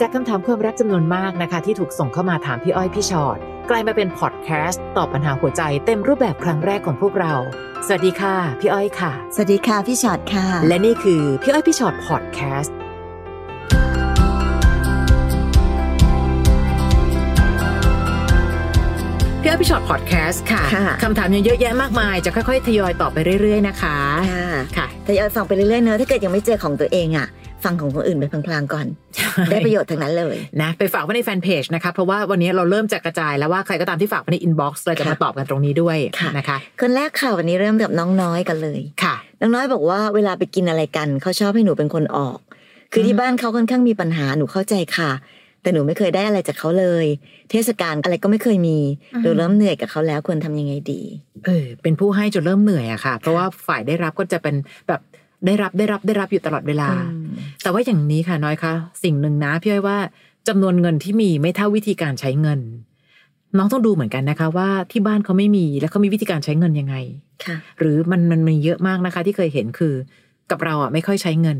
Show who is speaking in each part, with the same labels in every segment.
Speaker 1: จากคำถามความรักจำนวนมากนะคะ ที่ถูกส่งเข้ามาถามพี่อ้อยพี่ชอ็อตกลายมาเป็นพอดแคสต์ตอบปัญหาหัวใจเต็มรูปแบบครั้งแรกของพวกเรา สวัสดีค่ะพี่อ้อยค่ะ
Speaker 2: สวัสดีค่ะ พี่ชอตค่ะ
Speaker 1: และนี่คือพี่อ้อยพี่ชอตพอดแคสต์พี่อ้อยพี่ชอตพอดแคสต์ค่ะ
Speaker 2: ค่ะ
Speaker 1: คำถามยังเยอะแยะมากมายจะค่อยๆทยอยตอบไปเรื่อย ๆ นะคะ
Speaker 2: ค่ะ
Speaker 1: ค่ะ
Speaker 2: ทยอยฟังไปเรื่อยๆเนอะถ้าเกิดยังไม่เจอของตัวเองอ่ะ ฟังของคนอื่นไปพลาง ๆก่อน ได้ประโยชน์ทั้งนั้นเลย
Speaker 1: นะไปฝากไว้ในแฟนเพจนะคะ เพราะว่าวันนี้เราเริ่มจะกระจายแล้วว่าใครก็ตามที่ฝากไว้ในอินบ็อกซ์เราจะมา
Speaker 2: ค่ะ
Speaker 1: ตอบกันตรงนี้ด้วย
Speaker 2: ค่ะ
Speaker 1: นะคะ
Speaker 2: คนแรกค่ะวันนี้เริ่มกับน้องน้อยกันเลย
Speaker 1: ค่ะ
Speaker 2: น้องน้อยบอกว่าเวลาไปกินอะไรกันเขาชอบให้หนูเป็นคนออก คือ
Speaker 1: อืม
Speaker 2: ที่บ้านเขาค่อนข้างมีปัญหาหนูเข้าใจค่ะ แต่หนูไม่เคยได้อะไรจากเขาเลย เทศกาลอะไรก็ไม่เคยมีหนูเริ่มเหนื่อยกับเขาแล้วควรทำยังไงดี
Speaker 1: เออเป็นผู้ให้จนเริ่มเหนื่อยอะค่ะ เพราะว่าฝ่ายได้รับก็จะเป็นแบบได้รับได้รับได้รับอยู่ตลอดเวลา แต่ว่าอย่างนี้ค่ะน้อยคะสิ่งหนึ่งนะพี่อ้อยว่าจำนวนเงินที่มีไม่เท่าวิธีการใช้เงิน น้องต้องดูเหมือนกันนะคะ ว่าที่บ้านเขาไม่มีแล้วเขามีวิธีการใช้เงินยังไง
Speaker 2: ค่ะ
Speaker 1: หรือมันมันมีเยอะมากนะคะ ที่เคยเห็นคือกับเราอ่ะไม่ค่อยใช้เงิน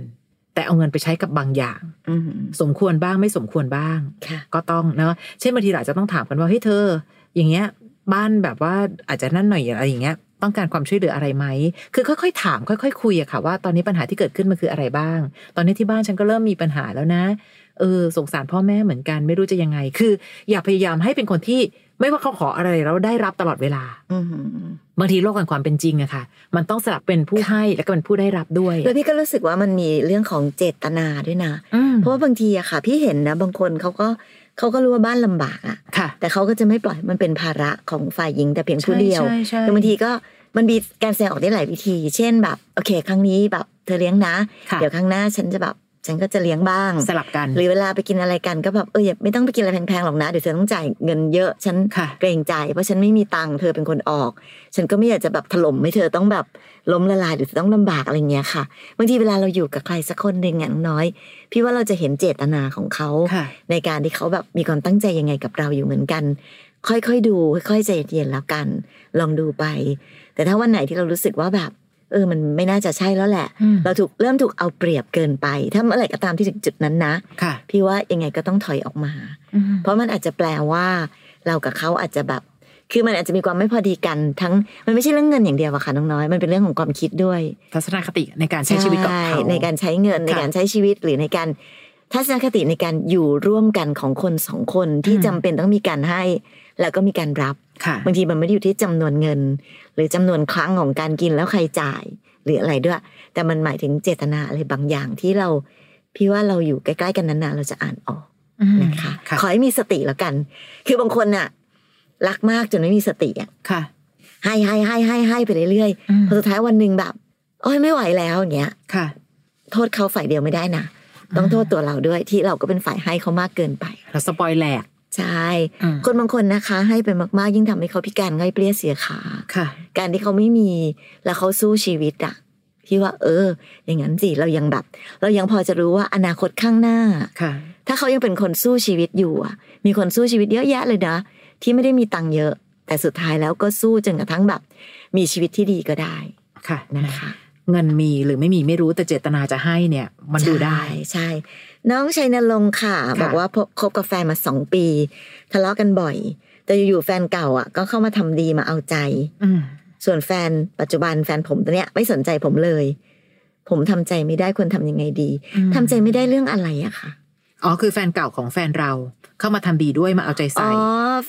Speaker 1: แต่เอาเงินไปใช้กับบางอย่าง
Speaker 2: อืม
Speaker 1: สมควรบ้างไม่สมควรบ้าง
Speaker 2: ค่ะ
Speaker 1: ก็ต้องเนาะเช่นบางทีเราอาจจะต้องถามกันว่าเฮ้ยเธอ อย่างเงี้ย บ้านแบบว่าอาจจะนั่นหน่อยอะไรอย่างเงี้ย ต้องการความช่วยเหลืออะไรไหมคือค่อยๆถาม ค่อย ๆ คุยอะค่ะ ว่าตอนนี้ปัญหาที่เกิดขึ้นมันคืออะไรบ้าง ตอนนี้ที่บ้านฉันก็เริ่มมีปัญหาแล้วนะเออสงสารพ่อแม่เหมือนกันไม่รู้จะยังไง คือ อย่าพยายามให้เป็นคนที่ไม่ว่าเขาขออะไรเราได้รับตลอดเวลา
Speaker 2: อืม
Speaker 1: บางทีโลกแห่งความเป็นจริงอะค่ะ มันต้องสลับเป็นผู้ให้แล้วก็เป็นผู้ได้รับด้วย
Speaker 2: แล้วพี่ก็รู้สึกว่ามันมีเรื่องของเจตนาด้วยนะ
Speaker 1: อืม
Speaker 2: เพราะว่าบางทีอะค่ะ พี่เห็นนะบางคนเขาก็เขาก็รู้ว่าบ้านลำบากอะ
Speaker 1: ค่ะ
Speaker 2: แต่เขาก็จะไม่ปล่อยมันเป็นภาระของฝ่ายหญิงแต่เพียงผู้เดียว
Speaker 1: ใช่ใช่
Speaker 2: คือบางทีก็มันมีการแสดงออกได้หลายวิธี เช่นแบบโอเค ครั้งนี้แบบเธอเลี้ยงนะ
Speaker 1: ค่ะ
Speaker 2: เดี๋ยวครั้งหน้าฉันจะแบบฉันก็จะเลี้ยงบ้าง
Speaker 1: สลับกัน
Speaker 2: หรือเวลาไปกินอะไรกันก็แบบเอออย่าไม่ต้องไปกินอะไรแพงๆหรอกนะเดี๋ยวเธอต้องจ่ายเงินเยอะฉัน
Speaker 1: ค่ะ
Speaker 2: เกรงใจเพราะฉันไม่มีตังค์เธอเป็นคนออก ฉันก็ไม่อยากจะแบบถล่มให้เธอต้องแบบล้มละลายหรือต้องลำบากอะไรเงี้ยค่ะบางทีเวลาเราอยู่กับใครสักคนหนึ่งอ่ะน้องน้อย พี่ว่าเราจะเห็นเจตนาของเขา
Speaker 1: ค่ะ
Speaker 2: ในการที่เขาแบบมีความตั้งใจยังไงกับเราอยู่เหมือนกัน ค่อยๆดูค่อยๆใจเย็นๆแล้วกัน ลองดูไป แต่ถ้าวันไหนที่เรารู้สึกว่าแบบ เออมันไม่น่าจะใช่แล้วแหละ
Speaker 1: อืม
Speaker 2: เราถูกเริ่มถูกเอาเปรียบเกินไป ถ้าเมื่อไหร่ก็ตามที่ถึงจุดนั้นนะ
Speaker 1: ค่ะ
Speaker 2: พี่ว่ายังไงก็ต้องถอยออกมา
Speaker 1: อืม
Speaker 2: เพราะมันอาจจะแปลว่าเรากับเขาอาจจะแบบ คือมันอาจจะมีความไม่พอดีกันทั้งมันไม่ใช่เรื่องเงินอย่างเดียวอะค่ะน้องน้อยมันเป็นเรื่องของความคิดด้วย
Speaker 1: ทัศนคติในการใช้ชีวิตกับเขา
Speaker 2: ในการใช้เงินใน
Speaker 1: ค่ะ
Speaker 2: การใช้ชีวิตหรือในการทัศนคติในการอยู่ร่วมกันของคนสองคนที่
Speaker 1: อืม
Speaker 2: จำเป็นต้องมีการให้ แล้วก็มีการรับ
Speaker 1: ค่ะ
Speaker 2: บางทีมันไม่ได้อยู่ที่จำนวนเงิน หรือจำนวนครั้งของการกินแล้วใครจ่าย หรืออะไรด้วย แต่มันหมายถึงเจตนาอะไรบางอย่างที่เรา พี่ว่าเราอยู่ใกล้ๆกันนานๆเราจะอ่านออก นะคะ
Speaker 1: ค่ะ
Speaker 2: ขอให้มีสติแล้วกัน คือบางคนน่ะ รักมากจนไม่มีสติอ่ะ
Speaker 1: ค่ะ
Speaker 2: ให้ให้ให้ให้ให้ไปเรื่อย
Speaker 1: อืม
Speaker 2: ๆพอสุดท้ายวันหนึ่งแบบโอ้ยไม่ไหวแล้วอย่างเงี้ย
Speaker 1: ค่ะ
Speaker 2: โทษเขาฝ่ายเดียวไม่ได้นะต้องโทษตัวเราด้วยที่เราก็เป็นฝ่ายให้เขามากเกินไป
Speaker 1: เราสปอยแหลก
Speaker 2: ใช่คนบางคนนะคะ ให้ไปมากๆยิ่งทำให้เขาพิการง่อยเปรี้ยเสียขา
Speaker 1: ค่ะ
Speaker 2: การที่เขาไม่มีแล้วเขาสู้ชีวิตอ่ะที่ว่า เออ อย่างนั้นสิเรายังแบบ เรายังพอจะรู้ว่าอนาคตข้างหน้า
Speaker 1: ค่ะ
Speaker 2: ถ้าเขายังเป็นคนสู้ชีวิตอยู่อะมีคนสู้ชีวิตเยอะแยะเลยนะ ที่ไม่ได้มีตังค์เยอะ แต่สุดท้ายแล้วก็สู้จนกระทั่งแบบ มีชีวิตที่ดีก็ได้
Speaker 1: ค่ะ
Speaker 2: นะ
Speaker 1: นะคะ
Speaker 2: คะ
Speaker 1: เงินมีหรือไม่มีไม่รู้แต่เจตนาจะให้เนี่ย มันดูได้
Speaker 2: ใช่ใช่ น้องชัยนรงค์ค่ะ
Speaker 1: ค่ะ
Speaker 2: บอกว่าพบคบกับแฟนมาสองปี ทะเลาะกันบ่อย แต่อยู่ๆแฟนเก่าอ่ะ ก็เข้ามาทำดีมาเอาใจ
Speaker 1: อืม
Speaker 2: ส่วนแฟนปัจจุบันแฟนผมตัวเนี้ยไม่สนใจผมเลย ผมทำใจไม่ได้ควรทำยังไงดีทำใจไม่ได้เรื่องอะไรอะค่ะ
Speaker 1: อ๋อคือแฟนเก่าของแฟนเราเข้ามาทำดีด้วยมาเอาใจ
Speaker 2: อ๋
Speaker 1: ใส่
Speaker 2: อ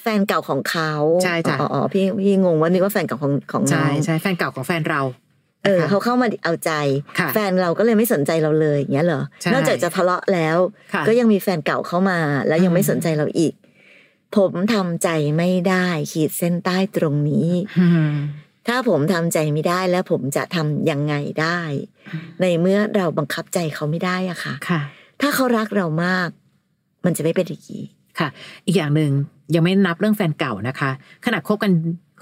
Speaker 2: แฟนเก่าของเขา
Speaker 1: ใช่จ้ะ
Speaker 2: อ๋ออ๋อพี่พี่งงว่านึกว่าแฟนเก่าของของน้
Speaker 1: ใช่
Speaker 2: อง
Speaker 1: ใช่แฟนเก่าของแฟนเรา
Speaker 2: เออ
Speaker 1: นะคะ
Speaker 2: เขาเข้ามาเอาใจ
Speaker 1: ค่ะ
Speaker 2: แฟนเราก็เลยไม่สนใจเราเลยอย่างเงี้ยเหรอ
Speaker 1: ใช่
Speaker 2: นอกจากจะทะเลาะแล้ว
Speaker 1: ค่ะ
Speaker 2: ก็ยังมีแฟนเก่าเข้ามาแล้วยัง
Speaker 1: อืม
Speaker 2: ไม่สนใจเราอีก ผมทำใจไม่ได้ขีดเส้นใต้ตรงนี้
Speaker 1: อืม
Speaker 2: ถ้าผมทำใจไม่ได้แล้วผมจะทำยังไงได้
Speaker 1: อืม
Speaker 2: ในเมื่อเราบังคับใจเขาไม่ได้อะค่ะ
Speaker 1: ค่ะ
Speaker 2: ถ้าเขารักเรามาก มันจะไม่เป็นอย่างนี้
Speaker 1: ค่ะ อีกอย่างหนึ่งยังไม่นับเรื่องแฟนเก่านะคะ ขณะคบกัน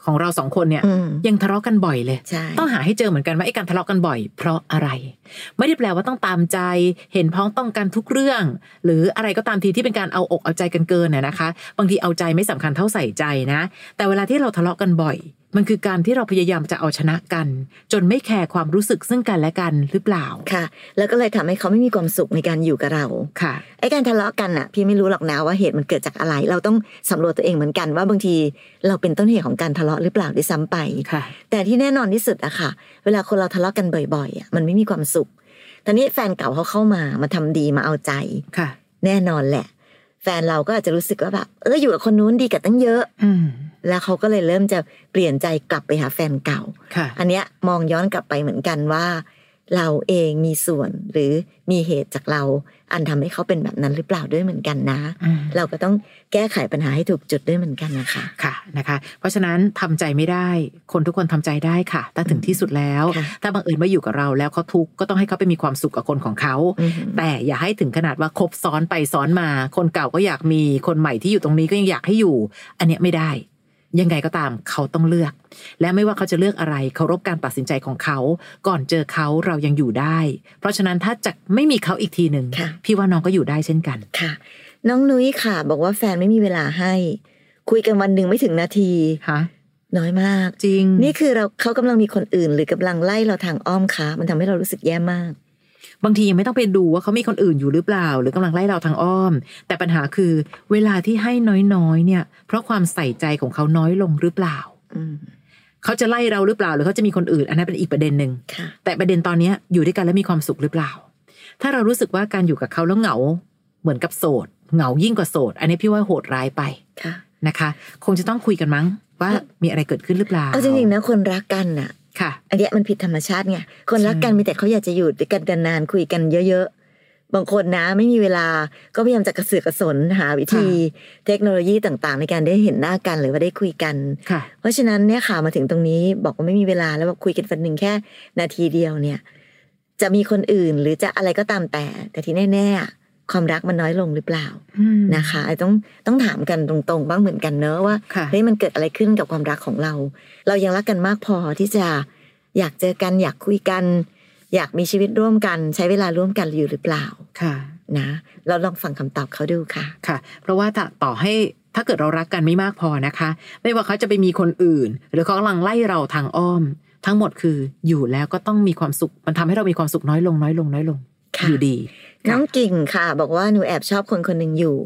Speaker 1: ของเราสองคนเนี่ย
Speaker 2: อืม
Speaker 1: ยังทะเลาะกันบ่อยเลย
Speaker 2: ใช่
Speaker 1: ต้องหาให้เจอเหมือนกันว่าไอ้การทะเลาะกันบ่อย เพราะอะไร ไม่ได้แปลว่าต้องตามใจ เห็นพ้องต้องกันทุกเรื่อง หรืออะไรก็ตามทีที่เป็นการเอาอกเอาใจกันเกินน่ะนะคะ บางทีเอาใจไม่สำคัญเท่าใส่ใจนะ แต่เวลาที่เราทะเลาะกันบ่อย มันคือการที่เราพยายามจะเอาชนะกัน จนไม่แคร์ความรู้สึกซึ่งกันและกันหรือเปล่า
Speaker 2: ค่ะ แล้วก็เลยทำให้เขาไม่มีความสุขในการอยู่กับเรา
Speaker 1: ค่ะ
Speaker 2: ไอ้การทะเลาะกันน่ะพี่ไม่รู้หรอกนะว่าเหตุมันเกิดจากอะไร เราต้องสำรวจตัวเองเหมือนกันว่าบางทีเราเป็นต้นเหตุของการทะเลาะหรือเปล่าด้วยซ้ำไป
Speaker 1: ค่ะ
Speaker 2: แต่ที่แน่นอนที่สุดอะค่ะ เวลาคนเราทะเลาะกันบ่อยๆอะมันไม่มีความสุขตอนนี้แฟนเก่าเขาเข้ามามาทำดีมาเอาใจ
Speaker 1: ค่ะ
Speaker 2: แน่นอนแหละ แฟนเราก็อาจจะรู้สึกว่าแบบเอออยู่กับคนนู้นดีกับตั้งเยอะ
Speaker 1: อืม
Speaker 2: แล้วเขาก็เลยเริ่มจะเปลี่ยนใจกลับไปหาแฟนเก่า
Speaker 1: ค่ะ
Speaker 2: อันเนี้ยมองย้อนกลับไปเหมือนกันว่า เราเองมีส่วนหรือมีเหตุจากเรา อันทำให้เขาเป็นแบบนั้นหรือเปล่าด้วยเหมือนกันนะ
Speaker 1: อืม
Speaker 2: เราก็ต้องแก้ไขปัญหาให้ถูกจุดด้วยเหมือนกันนะคะ
Speaker 1: ค่ะนะคะเพราะฉะนั้นทำใจไม่ได้ คนทุกคนทำใจได้ค่ะถ้าถึงที่สุดแล้ว
Speaker 2: ค่ะ
Speaker 1: ถ้าบังเอิญมาอยู่กับเราแล้วเขาทุกข์ก็ต้องให้เขาไปมีความสุขกับคนของเขา
Speaker 2: อืม
Speaker 1: แต่อย่าให้ถึงขนาดว่าคบซ้อนไปซ้อนมา คนเก่าก็อยากมีคนใหม่ที่อยู่ตรงนี้ก็ยังอยากให้อยู่ อันเนี้ยไม่ได้ ยังไงก็ตามเขาต้องเลือก และไม่ว่าเขาจะเลือกอะไรเคารพการตัดสินใจของเขา ก่อนเจอเขาเรายังอยู่ได้ เพราะฉะนั้นถ้าจะไม่มีเขาอีกทีหนึ่ง
Speaker 2: ค่ะ
Speaker 1: พี่ว่าน้องก็อยู่ได้เช่นกัน
Speaker 2: ค่ะ น้องนุ้ยค่ะ บอกว่าแฟนไม่มีเวลาให้ คุยกันวันหนึ่งไม่ถึงนาที
Speaker 1: ฮะ
Speaker 2: น้อยมาก
Speaker 1: จริง
Speaker 2: นี่คือเราเขากำลังมีคนอื่น หรือกำลังไล่เราทางอ้อมค้ามันทำให้เรารู้สึกแย่มาก
Speaker 1: บางทียังไม่ต้องไปดูว่าเขามีคนอื่นอยู่หรือเปล่า หรือกำลังไล่เราทางอ้อม แต่ปัญหาคือ เวลาที่ให้น้อยๆเนี่ย เพราะความใส่ใจของเขาน้อยลงหรือเปล่า
Speaker 2: อืม
Speaker 1: เขาจะไล่เราหรือเปล่า หรือเขาจะมีคนอื่น อันนั้นเป็นอีกประเด็นหนึ่ง
Speaker 2: ค่ะ
Speaker 1: แต่ประเด็นตอนเนี้ยอยู่ด้วยกันแล้วมีความสุขหรือเปล่า ถ้าเรารู้สึกว่าการอยู่กับเขาแล้วเหงา เหมือนกับโสด เหงายิ่งกว่าโสด อันนี้พี่ว่าโหดร้ายไป
Speaker 2: ค่ะ
Speaker 1: นะคะ คงจะต้องคุยกันมั้ง ว่ามีอะไรเกิดขึ้นหรือเปล่า
Speaker 2: เอาจริงๆนะคนรักกันน่ะ
Speaker 1: ค่ะ
Speaker 2: อันเนี้ยมันผิดธรรมชาติไง คนรักกันมีแต่เขาอยากจะอยู่ด้วยกันนานๆคุยกันเยอะๆ บางคนนะไม่มีเวลาก็พยายามจะกระเสือกกระสนหาวิธี เทคโนโลยีต่างๆ ในการได้เห็นหน้ากันหรือว่าได้คุยกัน
Speaker 1: ค่ะ
Speaker 2: เพราะฉะนั้นเนี่ยค่ะมาถึงตรงนี้บอกว่าไม่มีเวลาแล้วบอกคุยกันวันหนึ่งแค่นาทีเดียวเนี่ย จะมีคนอื่นหรือจะอะไรก็ตามแต่ แต่ที่แน่ๆความรักมันน้อยลงหรือเปล่านะคะต้องต้องถามกันตรงๆ บ้างเหมือนกันเนอะว่า
Speaker 1: ค่ะ
Speaker 2: เฮ้ยมันเกิดอะไรขึ้นกับความรักของเรา เรายังรักกันมากพอที่จะอยากเจอกันอยากคุยกัน อยากมีชีวิตร่วมกัน ใช้เวลาร่วมกันอยู่หรือเปล่า
Speaker 1: ค่ะ
Speaker 2: นะ เราลองฟังคำตอบเขาดูค่ะ
Speaker 1: ค่ะ เพราะว่าถ้าต่อให้ถ้าเกิดเรารักกันไม่มากพอนะคะ ไม่ว่าเขาจะไปมีคนอื่น หรือเขากำลังไล่เราทางอ้อม ทั้งหมดคืออยู่แล้วก็ต้องมีความสุข มันทำให้เรามีความสุขน้อยลงน้อยลงน้อยลง
Speaker 2: ค่ะ
Speaker 1: อยู่ดี
Speaker 2: น้องกิ่งค่ะ บอกว่าหนูแอบชอบคนคนหนึ่งอยู่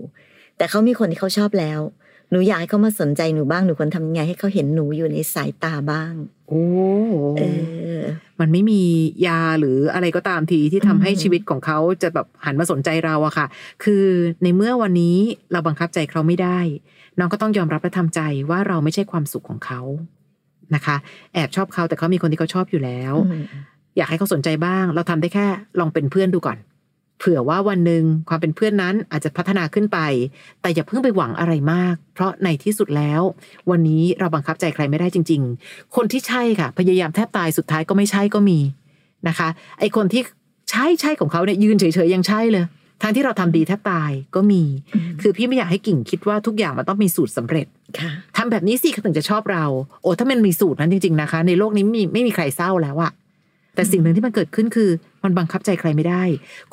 Speaker 2: แต่เขามีคนที่เขาชอบแล้ว หนูอยากให้เขามาสนใจหนูบ้างหนูควรทำยังไงให้เขาเห็นหนูอยู่ในสายตาบ้าง
Speaker 1: โอ้
Speaker 2: เออ
Speaker 1: มันไม่มียาหรืออะไรก็ตามทีที่ทำให้
Speaker 2: อืม
Speaker 1: ชีวิตของเขาจะแบบหันมาสนใจเราอะค่ะ คือในเมื่อวันนี้เราบังคับใจเขาไม่ได้ น้องก็ต้องยอมรับและทำใจว่าเราไม่ใช่ความสุขของเขานะคะ แอบชอบเขาแต่เขามีคนที่เขาชอบอยู่แล้ว
Speaker 2: ม
Speaker 1: อยากให้เขาสนใจบ้าง เราทำได้แค่ลองเป็นเพื่อนดูก่อน เผื่อว่าวันหนึ่งความเป็นเพื่อนนั้นอาจจะพัฒนาขึ้นไป แต่อย่าเพิ่งไปหวังอะไรมาก เพราะในที่สุดแล้ว วันนี้เราบังคับใจใครไม่ได้จริง ๆ คนที่ใช่ค่ะ พยายามแทบตายสุดท้ายก็ไม่ใช่ก็มีนะคะ ไอคนที่ใช่ใช่ของเขาเนี่ยยืนเฉยๆยังใช่เลยทั้งที่เราทำดีแทบตายก็มี คือพี่ไม่อยากให้กิ่งคิดว่าทุกอย่างมันต้องมีสูตรสำเร็จ
Speaker 2: ค่ะ
Speaker 1: ทำแบบนี้สิเขาถึงจะชอบเรา โอ้ถ้ามันมีสูตรนั้นจริง ๆนะคะ ในโลกนี้ไม่มีไม่มีใครเศร้าแล้วอะแต่สิ่งหนึ่งที่มันเกิดขึ้นคือมันบังคับใจใครไม่ได้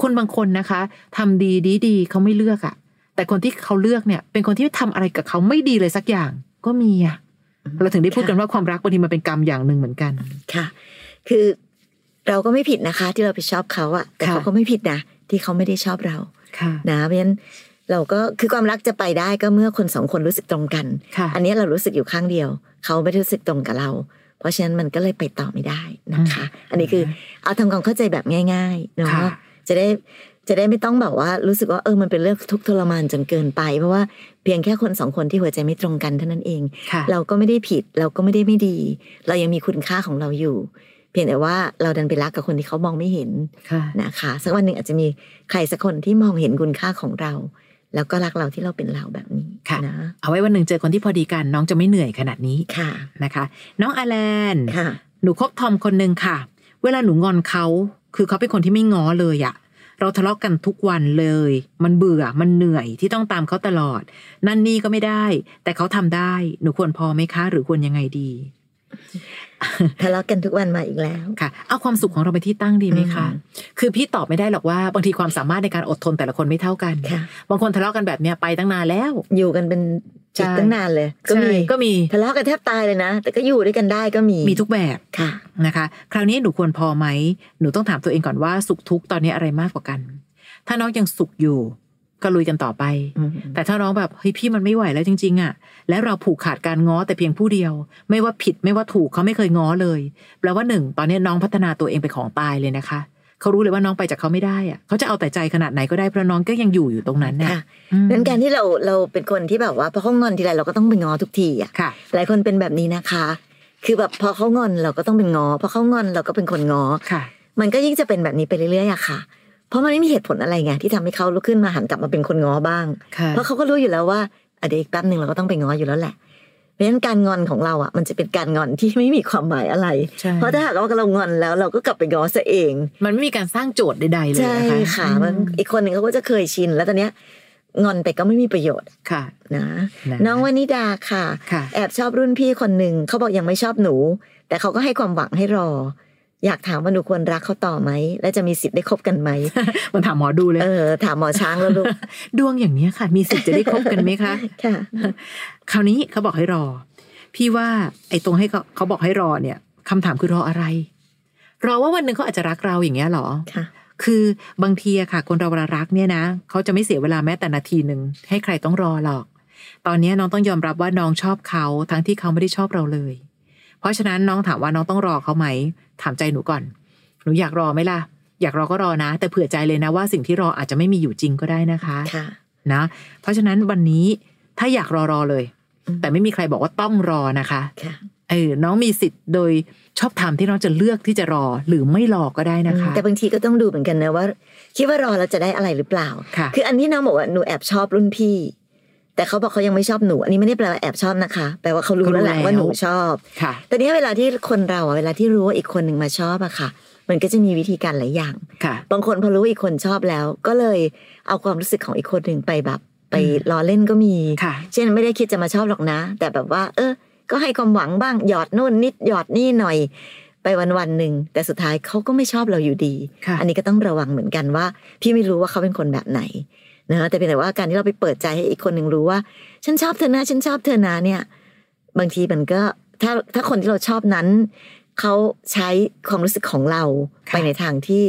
Speaker 1: คนบางคนนะคะทำดีดีดีเขาไม่เลือกอะแต่คนที่เขาเลือกเนี่ย เป็นคนที่ทำอะไรกับเขาไม่ดีเลยสักอย่าง ก็มีอะเราถึงได้พูดกันว่าความรักบางทีมันเป็นกรรมอย่างหนึ่งเหมือนกัน
Speaker 2: ค่ะ คือเราก็ไม่ผิดนะคะ ที่เราไปชอบเขาอะแต่เขา
Speaker 1: ค่ะ
Speaker 2: ก็ไม่ผิดนะที่เขาไม่ได้ชอบเรา
Speaker 1: ค่ะ
Speaker 2: นะเพราะฉะนั้นเราก็คือความรักจะไปได้ก็เมื่อคนสองคนรู้สึกตรงกัน
Speaker 1: ค่ะ
Speaker 2: อันนี้เรารู้สึกอยู่ข้างเดียว เขาไม่ได้รู้สึกตรงกับเรา เพราะฉะนั้นมันก็เลยไปต่อไม่ได้นะคะ อันนี้คือเอาทำความเข้าใจแบบง่ายๆเนาะ
Speaker 1: ค่ะ
Speaker 2: จะได้จะได้ไม่ต้องแบบว่ารู้สึกว่าเออมันเป็นเรื่องทุกข์ทรมานจนเกินไป เพราะว่าเพียงแค่คนสองคนที่หัวใจไม่ตรงกันเท่านั้นเอง
Speaker 1: ค่ะ
Speaker 2: เราก็ไม่ได้ผิดเราก็ไม่ได้ไม่ดี เรายังมีคุณค่าของเราอยู่ เพียงแต่ว่าเราดันไปรักกับคนที่เขามองไม่เห็น
Speaker 1: ค่ะ
Speaker 2: นะคะสักวันหนึ่งอาจจะมีใครสักคนที่มองเห็นคุณค่าของเรา แล้วก็รักเราที่เราเป็นเราแบบนี้
Speaker 1: ค่ะ
Speaker 2: นะ
Speaker 1: เอาไว้วันหนึ่งเจอคนที่พอดีกัน น้องจะไม่เหนื่อยขนาดนี้
Speaker 2: ค่ะ
Speaker 1: นะคะ น้องอาแลน
Speaker 2: ค่ะ
Speaker 1: หนูคบทอมคนหนึ่งค่ะ เวลาหนูงอนเขา คือเขาเป็นคนที่ไม่ง้อเลยอะเราทะเลาะกันทุกวันเลย มันเบื่อ มันเหนื่อยที่ต้องตามเขาตลอด นั่นนี่ก็ไม่ได้ แต่เขาทำได้ หนูควรพอไหมคะ หรือควรยังไงดี
Speaker 2: ทะเลาะกันทุกวันมาอีกแล้ว
Speaker 1: ค่ะ เอาความสุขของเราไปที่ตั้งดีไหมคะ
Speaker 2: อืม
Speaker 1: คือพี่ตอบไม่ได้หรอกว่าบางทีความสามารถในการอดทนแต่ละคนไม่เท่ากัน
Speaker 2: ค่ะ
Speaker 1: บางคนทะเลาะกันแบบเนี้ยไปตั้งนานแล้ว
Speaker 2: อยู่กันเป็นจิต
Speaker 1: ใช่
Speaker 2: ตั้งนานเลย ก็มี
Speaker 1: ใช่ก็มี
Speaker 2: ทะเลาะกันแทบตายเลยนะ แต่ก็อยู่ด้วยกันได้ก็มี
Speaker 1: มีทุกแบบ
Speaker 2: ค่ะ
Speaker 1: นะคะ คราวนี้หนูควรพอไหม หนูต้องถามตัวเองก่อนว่าสุขทุกข์ตอนนี้อะไรมากกว่ากัน ถ้าน้องยังสุขอยู่ ก็ลุยกันต่อไป แต่ถ้าน้องแบบเฮ้ยพี่มันไม่ไหวแล้วจริง ๆ อ่ะ แล้วเราผูกขาดการง้อแต่เพียงผู้เดียว ไม่ว่าผิดไม่ว่าถูกเขาไม่เคยง้อเลยแปลว่าหนึ่งตอนนี้น้องพัฒนาตัวเองไปของตายเลยนะคะเขารู้เลยว่าน้องไปจากเขาไม่ได้อ่ะเขาจะเอาแต่ใจขนาดไหนก็ได้เพราะน้องก็ยังอยู่อยู่ตรงนั้นน่ะ
Speaker 2: ค่ะ
Speaker 1: อืม
Speaker 2: นั้นการที่เราเราเป็นคนที่แบบว่าพอเขางอนทีไรเราก็ต้องไปงอทุกทีอ่ะ
Speaker 1: ค่ะ
Speaker 2: หลายคนเป็นแบบนี้นะคะ คือแบบพอเขางอนเราก็ต้องเป็นงอพอเขางอนเราก็เป็นคนงอ
Speaker 1: ค่ะ
Speaker 2: มันก็ยิ่งจะเป็นแบบนี้ไปเรื่อยๆอะค่ะ เพราะมันไม่มีเหตุผลอะไรไงที่ทำให้เขาลุกขึ้นมาหันกลับมาเป็นคนงอบ้าง
Speaker 1: ค่ะ
Speaker 2: เพราะเขาก็รู้อยู่แล้วว่าอ่ะเดี๋ยวอีกแป๊บหนึ่งเราก็ต้องไปงออยู่แล้วแหละ เพราะฉะนั้นการงอนของเราอ่ะมันจะเป็นการงอนที่ไม่มีความหมายอะไร
Speaker 1: ใช่
Speaker 2: เพราะถ้าหากว่าเรางอนแล้วเราก็กลับไปงอซะเอง
Speaker 1: มันไม่มีการสร้างโจทย์ใด ๆ เลย
Speaker 2: ใช่
Speaker 1: นะคะ
Speaker 2: ค่ะ
Speaker 1: อืม
Speaker 2: มันอีกคนหนึ่งเขาก็จะเคยชิน แล้วตอนเนี้ยงอนไปก็ไม่มีประโยชน์
Speaker 1: ค่ะ
Speaker 2: นะ
Speaker 1: ะ
Speaker 2: น้องวนิดาค่ะ
Speaker 1: ค่ะ
Speaker 2: แอบชอบรุ่นพี่คนหนึ่งเขาบอกยังไม่ชอบหนู แต่เขาก็ให้ความหวังให้รอ อยากถามว่าหนูควรรักเขาต่อไหม และจะมีสิทธิ์ได้คบ กันไหม
Speaker 1: มันถามหมอดูเลย
Speaker 2: เออ ถามหมอช้างแล้วลูก
Speaker 1: ดวงอย่างเนี้ยค่ะ มีสิทธิ์จะได้คบกันไหมคะ
Speaker 2: ค่ะ
Speaker 1: คราวนี้เขาบอกให้รอ พี่ว่าไอ้ตรงให้เขาเขาบอกให้รอเนี่ยคำถามคือรออะไร รอว่าวันหนึ่งเขาอาจจะรักเราอย่างเงี้ยเหรอ
Speaker 2: ค่ะ
Speaker 1: คือบางทีอะค่ะ คนเราเวลารักเนี่ยนะเขาจะไม่เสียเวลาแม้แต่นาทีหนึ่งให้ใครต้องรอหรอก ตอนเนี้ยน้องต้องยอมรับว่าน้องชอบเขาทั้งที่เขาไม่ได้ชอบเราเลย เพราะฉะนั้นน้องถามว่าน้องต้องรอเขาไหมถามใจหนูก่อน หนูอยากรอไหมล่ะ อยากรอก็รอนะ แต่เผื่อใจเลยนะว่าสิ่งที่รออาจจะไม่มีอยู่จริงก็ได้นะคะ
Speaker 2: ค่ะ
Speaker 1: นะ เพราะฉะนั้นวันนี้ถ้าอยากรอรอเลย
Speaker 2: อืม
Speaker 1: แต่ไม่มีใครบอกว่าต้องรอนะคะ
Speaker 2: ค่ะ
Speaker 1: เออ น้องมีสิทธิ์โดยชอบทำที่น้องจะเลือกที่จะรอหรือไม่รอก็ได้นะคะ
Speaker 2: แต่บางทีก็ต้องดูเหมือนกันนะว่า คิดว่ารอแล้วจะได้อะไรหรือเปล่า
Speaker 1: ค่ะ
Speaker 2: คืออันนี้น้องบอกว่าหนูแอบชอบรุ่นพี่ แต่เขาบอกเขายังไม่ชอบหนู อันนี้ไม่ได้แปลว่าแอบชอบนะคะ แปลว่าเขารู้แล้วแหละว่าหนูชอบ
Speaker 1: ค่ะ
Speaker 2: แต่เนี้ยเวลาที่คนเราอะเวลาที่รู้ว่าอีกคนหนึ่งมาชอบอะค่ะ มันก็จะมีวิธีการหลายอย่าง
Speaker 1: ค่ะ
Speaker 2: บางคนพอรู้ว่าอีกคนชอบแล้ว ก็เลยเอาความรู้สึกของอีกคนหนึ่งไปแบบ ไป
Speaker 1: อืม
Speaker 2: ล้อเล่นก็มี
Speaker 1: ค่ะ
Speaker 2: เช่นไม่ได้คิดจะมาชอบหรอกนะ แต่แบบว่า เออ ก็ให้ความหวังบ้างหยอดนู่นนิดหยอดนี่หน่อย ไปวันวันๆหนึ่งแต่สุดท้ายเขาก็ไม่ชอบเราอยู่ดี
Speaker 1: ค่ะ
Speaker 2: อันนี้ก็ต้องระวังเหมือนกันว่า พี่ไม่รู้ว่าเขาเป็นคนแบบไหนนะแต่เป็นแต่ว่าการที่เราไปเปิดใจให้อีกคนหนึ่งรู้ว่า ฉันชอบเธอนะ ฉันชอบเธอนะเนี่ย บางทีมันก็ถ้าถ้าคนที่เราชอบนั้น เขาใช้ความรู้สึกของเรา
Speaker 1: ค่ะ
Speaker 2: ไปในทางที่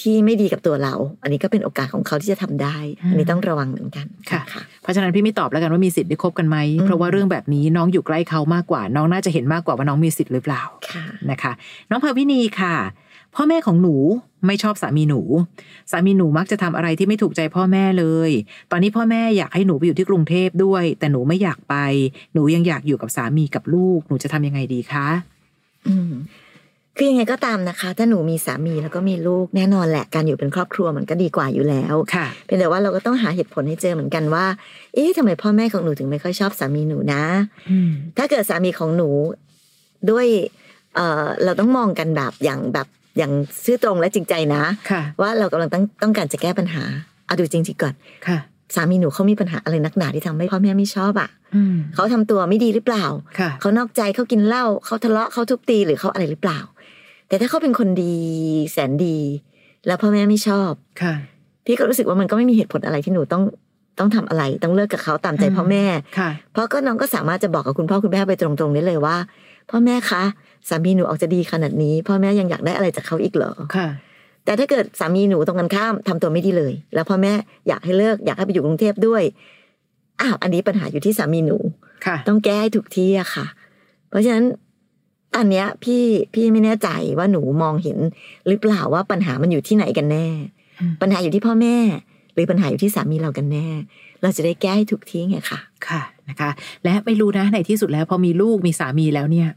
Speaker 2: ที่ไม่ดีกับตัวเรา อันนี้ก็เป็นโอกาสของเขาที่จะทำได้ อันนี้ต้องระวังเหมือนกัน
Speaker 1: ค่ะ
Speaker 2: น
Speaker 1: เพราะฉะนั้นพี่ไม่ตอบแล้วกันว่ามีสิทธิ์ได้คบกันไหม
Speaker 2: อืม
Speaker 1: เพราะว่าเรื่องแบบนี้น้องอยู่ใกล้เขามากกว่า น้องน่าจะเห็นมากกว่าว่าน้องมีสิทธิ์หรือเปล่า
Speaker 2: ค่ะ
Speaker 1: นะคะน้องภาวินีค่ะ พ่อแม่ของหนูไม่ชอบสามีหนู สามีหนูมักจะทำอะไรที่ไม่ถูกใจพ่อแม่เลย ตอนนี้พ่อแม่อยากให้หนูไปอยู่ที่กรุงเทพด้วย แต่หนูไม่อยากไป หนูยังอยากอยู่กับสามีกับลูก หนูจะทำยังไงดีคะ
Speaker 2: อืมคือยังไงก็ตามนะคะ ถ้าหนูมีสามีแล้วก็มีลูกแน่นอนแหละการอยู่เป็นครอบครัวมันก็ดีกว่าอยู่แล้ว
Speaker 1: ค่ะ
Speaker 2: เป็นแต่ว่าเราก็ต้องหาเหตุผลให้เจอเหมือนกันว่า เอ๊ะทำไมพ่อแม่ของหนูถึงไม่ค่อยชอบสามีหนูนะ
Speaker 1: อืม
Speaker 2: ถ้าเกิดสามีของหนูด้วยเอ่อเราต้องมองกันแบบอย่างแบบอย่างซื่อตรงและจริงใจนะ
Speaker 1: ค่ะ
Speaker 2: ว่าเรากำลังต้องต้องการจะแก้ปัญหาเอาดูจริงๆก่อน
Speaker 1: ค่ะ
Speaker 2: สามีหนูเขามีปัญหาอะไรนักหนาที่ทำให้พ่อแม่ไม่ชอบอ่ะ
Speaker 1: อืม
Speaker 2: เขาทำตัวไม่ดีหรือเปล่า
Speaker 1: ค่ะ
Speaker 2: เขานอกใจเขากินเหล้าเขาทะเลาะเขาทุบตีหรือเขาอะไรหรือเปล่า แต่ถ้าเขาเป็นคนดีแสนดี แล้วพ่อแม่ไม่ชอบ
Speaker 1: ค่ะ
Speaker 2: พี่ก็รู้สึกว่ามันก็ไม่มีเหตุผลอะไรที่หนูต้องต้องทำอะไร ต้องเลิกกับเขาตามใจ
Speaker 1: อืม
Speaker 2: พ่อแม่
Speaker 1: ค่ะ
Speaker 2: เพราะก็น้องก็สามารถจะบอกกับคุณพ่อคุณแม่ไปตรงๆได้เลยว่า พ่อแม่คะสามีหนูออกจะดีขนาดนี้ พ่อแม่ยังอยากได้อะไรจากเขาอีกเหรอ
Speaker 1: ค่ะ
Speaker 2: แต่ถ้าเกิดสามีหนูตรงกันข้ามทำตัวไม่ดีเลย แล้วพ่อแม่อยากให้เลิกอยากให้ไปอยู่กรุงเทพด้วยอ้าวอันนี้ปัญหาอยู่ที่สามีหนู
Speaker 1: ค่ะ
Speaker 2: ต้องแก้ให้ถูกที่อะค่ะ เพราะฉะนั้นอันเนี้ยพี่พี่ไม่แน่ใจว่าหนูมองเห็นหรือเปล่าว่าปัญหามันอยู่ที่ไหนกันแน่
Speaker 1: อืม
Speaker 2: ปัญหาอยู่ที่พ่อแม่ หรือปัญหาอยู่ที่สามีเรากันแน่ เราจะได้แก้ให้ถูกที่ไงค่ะ
Speaker 1: ค่ะนะคะ และไม่รู้นะในที่สุดแล้วพอมีลูกมีสามีแล้วเนี่ย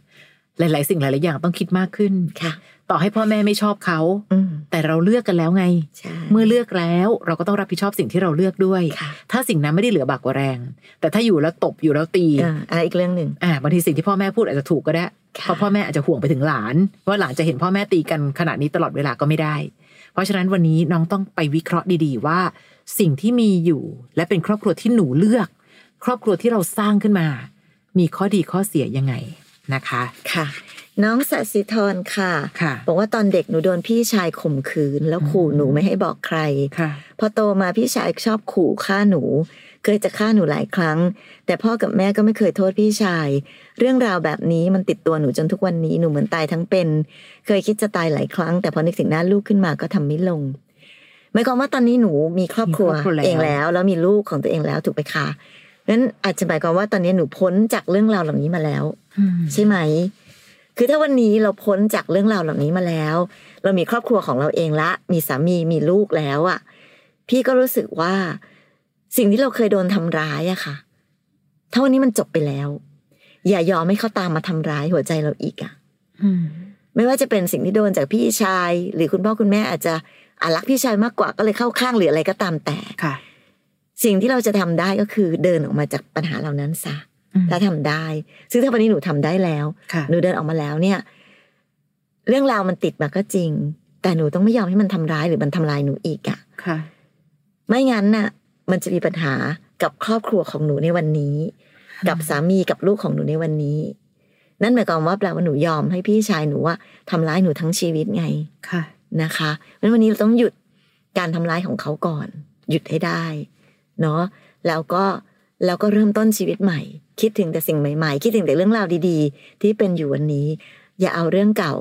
Speaker 1: หลาย ๆ สิ่งหลาย ๆ อย่างต้องคิดมากขึ้น
Speaker 2: ค่ะ
Speaker 1: ต่อให้พ่อแม่ไม่ชอบเขา
Speaker 2: อืม
Speaker 1: แต่เราเลือกกันแล้วไง
Speaker 2: ใช่
Speaker 1: เมื่อเลือกแล้วเราก็ต้องรับผิดชอบสิ่งที่เราเลือกด้วย
Speaker 2: ค่ะ
Speaker 1: ถ้าสิ่งนั้นไม่ได้เหลือบากกว่าแรง แต่ถ้าอยู่แล้วตบอยู่แล้วตี
Speaker 2: อ่าอะไรอีกเรื่องหนึ่ง
Speaker 1: อ่าบางทีสิ่งที่พ่อแม่พูดอาจจะถูกก็ได้เพ
Speaker 2: ค่ะ
Speaker 1: ราะพ่อแม่อาจจะห่วงไปถึงหลาน ว่าหลานจะเห็นพ่อแม่ตีกันขนาดนี้ตลอดเวลาก็ไม่ได้ เพราะฉะนั้นวันนี้น้องต้องไปวิเคราะห์ดีๆ ว่า สิ่งที่มีอยู่ และเป็นครอบครัวที่หนูเลือก ครอบครัวที่เราสร้างขึ้นมา มีข้อดีข้อเสียยังไงนะคะ
Speaker 2: ค่ะ น้องสัสิธรค่ะ
Speaker 1: ค่ะ
Speaker 2: บอกว่าตอนเด็กหนูโดนพี่ชายข่มขืน แล้วขู่
Speaker 1: อืม
Speaker 2: หนูไม่ให้บอกใคร
Speaker 1: ค่ะ
Speaker 2: พอโตมาพี่ชายชอบขู่ฆ่าหนู เคยจะฆ่าหนูหลายครั้ง แต่พ่อกับแม่ก็ไม่เคยโทษพี่ชาย เรื่องราวแบบนี้มันติดตัวหนูจนทุกวันนี้หนูเหมือนตายทั้งเป็น เคยคิดจะตายหลายครั้ง แต่พอนึกถึงหน้าลูกขึ้นมาก็ทำไม่ลงหมายความว่าตอนนี้หนูมีครอบครัว
Speaker 1: มีครอบครัวแล้ว
Speaker 2: เองแล้ว แล้วมีลูกของตัวเองแล้วถูกไหมคะงั้นอาจจะหมายความว่าตอนนี้หนูพ้นจากเรื่องราวเหล่านี้มาแล้ว
Speaker 1: อืม
Speaker 2: ใช่ไหม คือถ้าวันนี้เราพ้นจากเรื่องราวเหล่านี้มาแล้ว เรามีครอบครัวของเราเองละ มีสามี มีลูกแล้วอะพี่ก็รู้สึกว่าสิ่งที่เราเคยโดนทำร้ายอะค่ะ ถ้าวันนี้มันจบไปแล้ว อย่ายอมให้เขาตามมาทำร้ายหัวใจเราอีกอะ
Speaker 1: อืม
Speaker 2: ไม่ว่าจะเป็นสิ่งที่โดนจากพี่ชาย หรือคุณพ่อคุณแม่อาจจะอารักพี่ชายมากกว่าก็เลยเข้าข้างหรืออะไรก็ตามแต่
Speaker 1: ค่ะ
Speaker 2: สิ่งที่เราจะทำได้ก็คือเดินออกมาจากปัญหาเหล่านั้นซะ
Speaker 1: อืม
Speaker 2: ถ้าทำได้ ซึ่งถ้าวันนี้หนูทำได้แล้ว
Speaker 1: ค่ะ
Speaker 2: หนูเดินออกมาแล้วเนี่ย เรื่องราวมันติดมาก็จริง แต่หนูต้องไม่ยอมให้มันทำร้ายหรือมันทำลายหนูอีกอะ่ะ
Speaker 1: ค่ะ
Speaker 2: ไม่งั้นน่ะ มันจะมีปัญหากับครอบครัวของหนูในวันนี้ กับสามีกับลูกของหนูในวันนี้ นั่นหมายความว่าแปลว่าหนูยอมให้พี่ชายหนูว่าทำร้ายหนูทั้งชีวิตไง
Speaker 1: ค่ะ
Speaker 2: นะคะเพราะฉะนั้นวันนี้เราต้องหยุดการทำร้ายของเขาก่อน หยุดให้ได้เนาะแล้วก็แล้วก็เริ่มต้นชีวิตใหม่ คิดถึงแต่สิ่งใหม่ๆ คิดถึงแต่เรื่องราวดีๆ ที่เป็นอยู่วันนี้ อย่าเอาเรื่องเก่า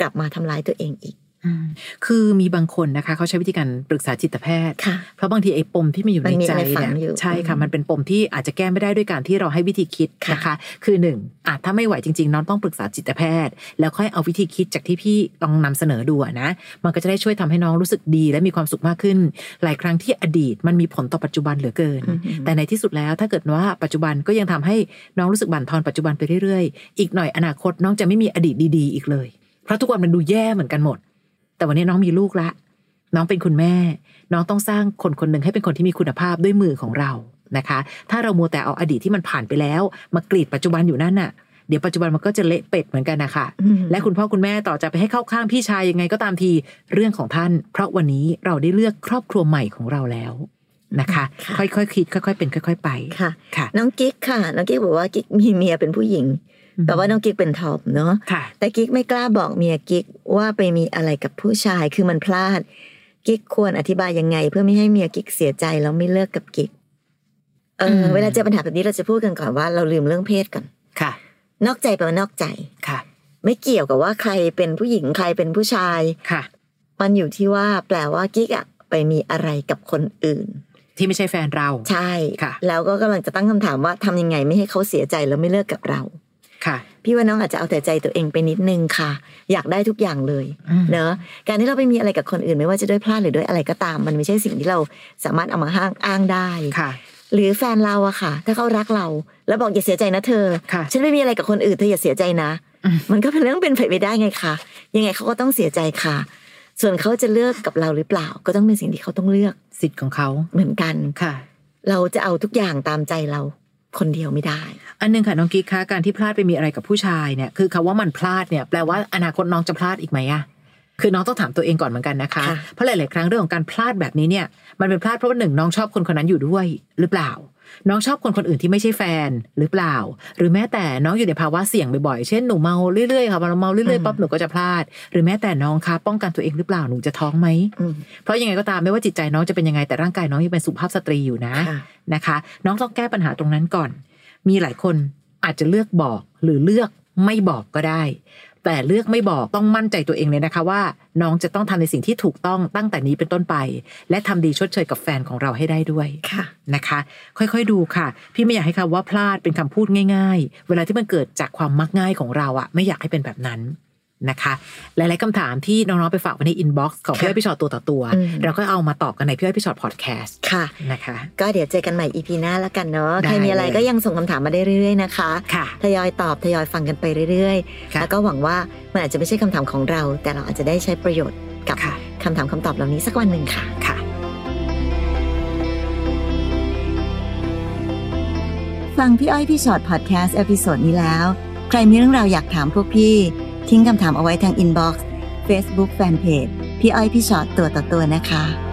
Speaker 2: กลับมาทำร้ายตัวเองอีก
Speaker 1: อืมคือมีบางคนนะคะ เขาใช้วิธีการปรึกษาจิตแพทย์
Speaker 2: ค่ะ
Speaker 1: เพราะบางทีไอ้ปมที่มันอยู่
Speaker 2: มั
Speaker 1: ใน
Speaker 2: นมี
Speaker 1: ใจ
Speaker 2: อะไรฝั
Speaker 1: เนี่
Speaker 2: งอยู่
Speaker 1: ยใช่ค่ะ
Speaker 2: อืม
Speaker 1: มันเป็นปมที่อาจจะแก้ไม่ได้ด้วยการที่เราให้วิธีคิด
Speaker 2: ค่ะ
Speaker 1: นะคะ คือหนึ่งอาจถ้าไม่ไหวจริง ๆ น้องต้องปรึกษาจิตแพทย์ แล้วค่อยเอาวิธีคิดจากที่พี่ลองนำเสนอดูอะนะ มันก็จะได้ช่วยทำให้น้องรู้สึกดีและมีความสุขมากขึ้น หลายครั้งที่อดีตมันมีผลต่อปัจจุบันเหลือเกิน
Speaker 2: อือหือ
Speaker 1: แต่ในที่สุดแล้วถ้าเกิดว่าปัจจุบันก็ยังทำให้น้องรู้สึกบั่นทอนปัจจุบันไปเรื่อยๆ อีกหน่อยอนาคตน้องจะไม่มีอดีตดีๆ อีกเลย เพราะทุกวันมันดูแย่เหมือนกันหมด แต่วันนี้น้องมีลูกละ น้องเป็นคุณแม่ น้องต้องสร้างคนคนหนึ่งให้เป็นคนที่มีคุณภาพด้วยมือของเรานะคะ ถ้าเรามัวแต่เอาอดีตที่มันผ่านไปแล้ว มากรีดปัจจุบันอยู่นั่นน่ะ เดี๋ยวปัจจุบันมันก็จะเละเป็ดเหมือนกันนะคะ
Speaker 2: อืม
Speaker 1: และคุณพ่อคุณแม่ต่อจะไปให้เข้าข้างพี่ชายยังไงก็ตามทีเรื่องของท่าน เพราะวันนี้เราได้เลือกครอบครัวใหม่ของเราแล้วนะคะ
Speaker 2: ค่ะ
Speaker 1: ค่อยๆคิด ค่อย ๆ เป็นค่อย ๆ ไป
Speaker 2: ค่ะ
Speaker 1: ค่ะ
Speaker 2: น้องกิ๊กค่ะ น้องกิ๊กบอกว่ากิ๊กมีเมียเป็นผู้หญิง แต่ว่าน้องกิ๊กเป็นทอมเนาะ
Speaker 1: ค่ะ
Speaker 2: แต่กิ๊กไม่กล้าบอกเมียกิ๊กว่าไปมีอะไรกับผู้ชาย คือมันพลาด กิ๊กควรอธิบายยังไง เพื่อไม่ให้เมียกิ๊กเสียใจแล้วไม่เลิกกับกิ๊ก เอออ
Speaker 1: ม
Speaker 2: เวลาเจอปัญหาแบบนี้เราจะพูดกันก่อนว่าเราลืมเรื่องเพศก่อน
Speaker 1: ค่ะ
Speaker 2: นอกใจแปลว่านอกใจ
Speaker 1: ค่ะ
Speaker 2: ไม่เกี่ยวกับว่าใครเป็นผู้หญิงใครเป็นผู้ชาย
Speaker 1: ค่ะ
Speaker 2: มันอยู่ที่ว่าแปลว่ากิ๊กอะไปมีอะไรกับคนอื่น
Speaker 1: ที่ไม่ใช่แฟนเรา
Speaker 2: ใช่
Speaker 1: ค่ะ
Speaker 2: แล้วก็กำลังจะตั้งคำถามว่าทำยังไงไม่ให้เขาเสียใจแล้วไม่เลิกกับเรา
Speaker 1: ค่ะ
Speaker 2: พี่ว่าน้องอาจจะเอาแต่ใจตัวเองไปนิดนึงค่ะ อยากได้ทุกอย่างเลย
Speaker 1: อืม
Speaker 2: เนอะการที่เราไปมีอะไรกับคนอื่นไม่ว่าจะด้วยพลาดหรือด้วยอะไรก็ตาม มันไม่ใช่สิ่งที่เราสามารถเอามาห้างอ้างได้
Speaker 1: ค่ะ
Speaker 2: หรือแฟนเราอะค่ะ ถ้าเขารักเรา แล้วบอกอย่าเสียใจนะเธอ
Speaker 1: ค่ะ
Speaker 2: ฉันไม่มีอะไรกับคนอื่นเธออย่าเสียใจนะ
Speaker 1: อืม
Speaker 2: มันก็เป็นเรื่องเป็นไปไม่ได้ไงคะยังไงเขาก็ต้องเสียใจค่ะ ส่วนเขาจะเลือกกับเราหรือเปล่า ก็ต้องเป็นสิ่งที่เขาต้องเลือก
Speaker 1: สิทธิ์ของเขา
Speaker 2: เหมือนกัน
Speaker 1: ค่ะ
Speaker 2: เราจะเอาทุกอย่างตามใจเราคนเดียวไม่ได้
Speaker 1: อันหนึงค่ะน้องกิ๊กคะการที่พลาดไปมีอะไรกับผู้ชายเนี่ยคือคำว่ามันพลาดเนี่ยแปลว่าอนาคตน้องจะพลาดอีกไหมอะคือน้องต้องถามตัวเองก่อนเหมือนกันนะคะ
Speaker 2: ค่ะ
Speaker 1: เพราะหลาย ๆ ครั้งเรื่องของการพลาดแบบนี้เนี่ยมันเป็นพลาดเพราะว่าหนึ่งน้องชอบคนคนนั้นอยู่ด้วยหรือเปล่า น้องชอบคนคนอื่นที่ไม่ใช่แฟนหรือเปล่า หรือแม้แต่น้องอยู่ในภาวะเสี่ยงบ่อย ๆ เช่นหนูเมาเรื่อย ๆ ค่ะพอเราเมาเรื่อย ๆ ปั๊บหนูก็จะพลาด หรือแม้แต่น้องคะป้องกันตัวเองหรือเปล่าหนูจะท้องไหม
Speaker 2: อืม
Speaker 1: เพราะยังไงก็ตามไม่ว่าจิตใจน้องจะเป็นยังไงแต่ร่างกายน้องยังเป็นสุภาพสตรีอยู่นะ
Speaker 2: ค่ะ
Speaker 1: นะคะน้องต้องแก้ปัญหาตรงนั้นก่อน มีหลายคนอาจจะเลือกบอกหรือเลือกไม่บอกก็ได้ แต่เลือกไม่บอกต้องมั่นใจตัวเองเลยนะคะว่า น้องจะต้องทำในสิ่งที่ถูกต้องตั้งแต่นี้เป็นต้นไป และทำดีชดเชยกับแฟนของเราให้ได้ด้วย
Speaker 2: ค่ะ
Speaker 1: นะคะ ค่อยๆดูค่ะ พี่ไม่อยากให้คำว่าพลาดเป็นคำพูดง่าย ๆ เวลาที่มันเกิดจากความมักง่ายของเราอะไม่อยากให้เป็นแบบนั้นนะคะ หลายๆคำถามที่น้องๆไปฝากไว้ในอินบ็อกซ์ของพี่อ้อยพี่ชอตตัวต่อตัว
Speaker 2: อืม
Speaker 1: เราก็เอามาตอบกันในพี่อ้อยพี่ชอตพอดแคสต์
Speaker 2: ค่ะ
Speaker 1: นะคะ
Speaker 2: ก็เดี๋ยวเจอกันใหม่ EP หน้าแล้วกันเนาะ
Speaker 1: ได้
Speaker 2: ใครมีอะไร
Speaker 1: เลย
Speaker 2: ก็ยังส่งคำถามมาได้เรื่อยๆนะคะ
Speaker 1: ค่ะ
Speaker 2: ทยอยตอบทยอยฟังกันไปเรื่อยๆ
Speaker 1: ค่ะ
Speaker 2: แล้วก็หวังว่ามันอาจจะไม่ใช่คำถามของเรา แต่เราอาจจะได้ใช้ประโยชน์กับ
Speaker 1: ค่ะ
Speaker 2: คำถามคำตอบเหล่านี้สักวันหนึ่งค่ะ
Speaker 1: ค่ะ
Speaker 2: ฟังพี่อ้อยพี่ชอตพอดแคสต์เอพิโซดนี้แล้ว ใครมีเรื่องราวอยากถามพวกพี่ ทิ้งคำถามเอาไว้ทางอินบ็อกซ์เฟซบุ๊กแฟนเพจพี่อ้อยพี่ชอตตัวต่อตัวนะคะ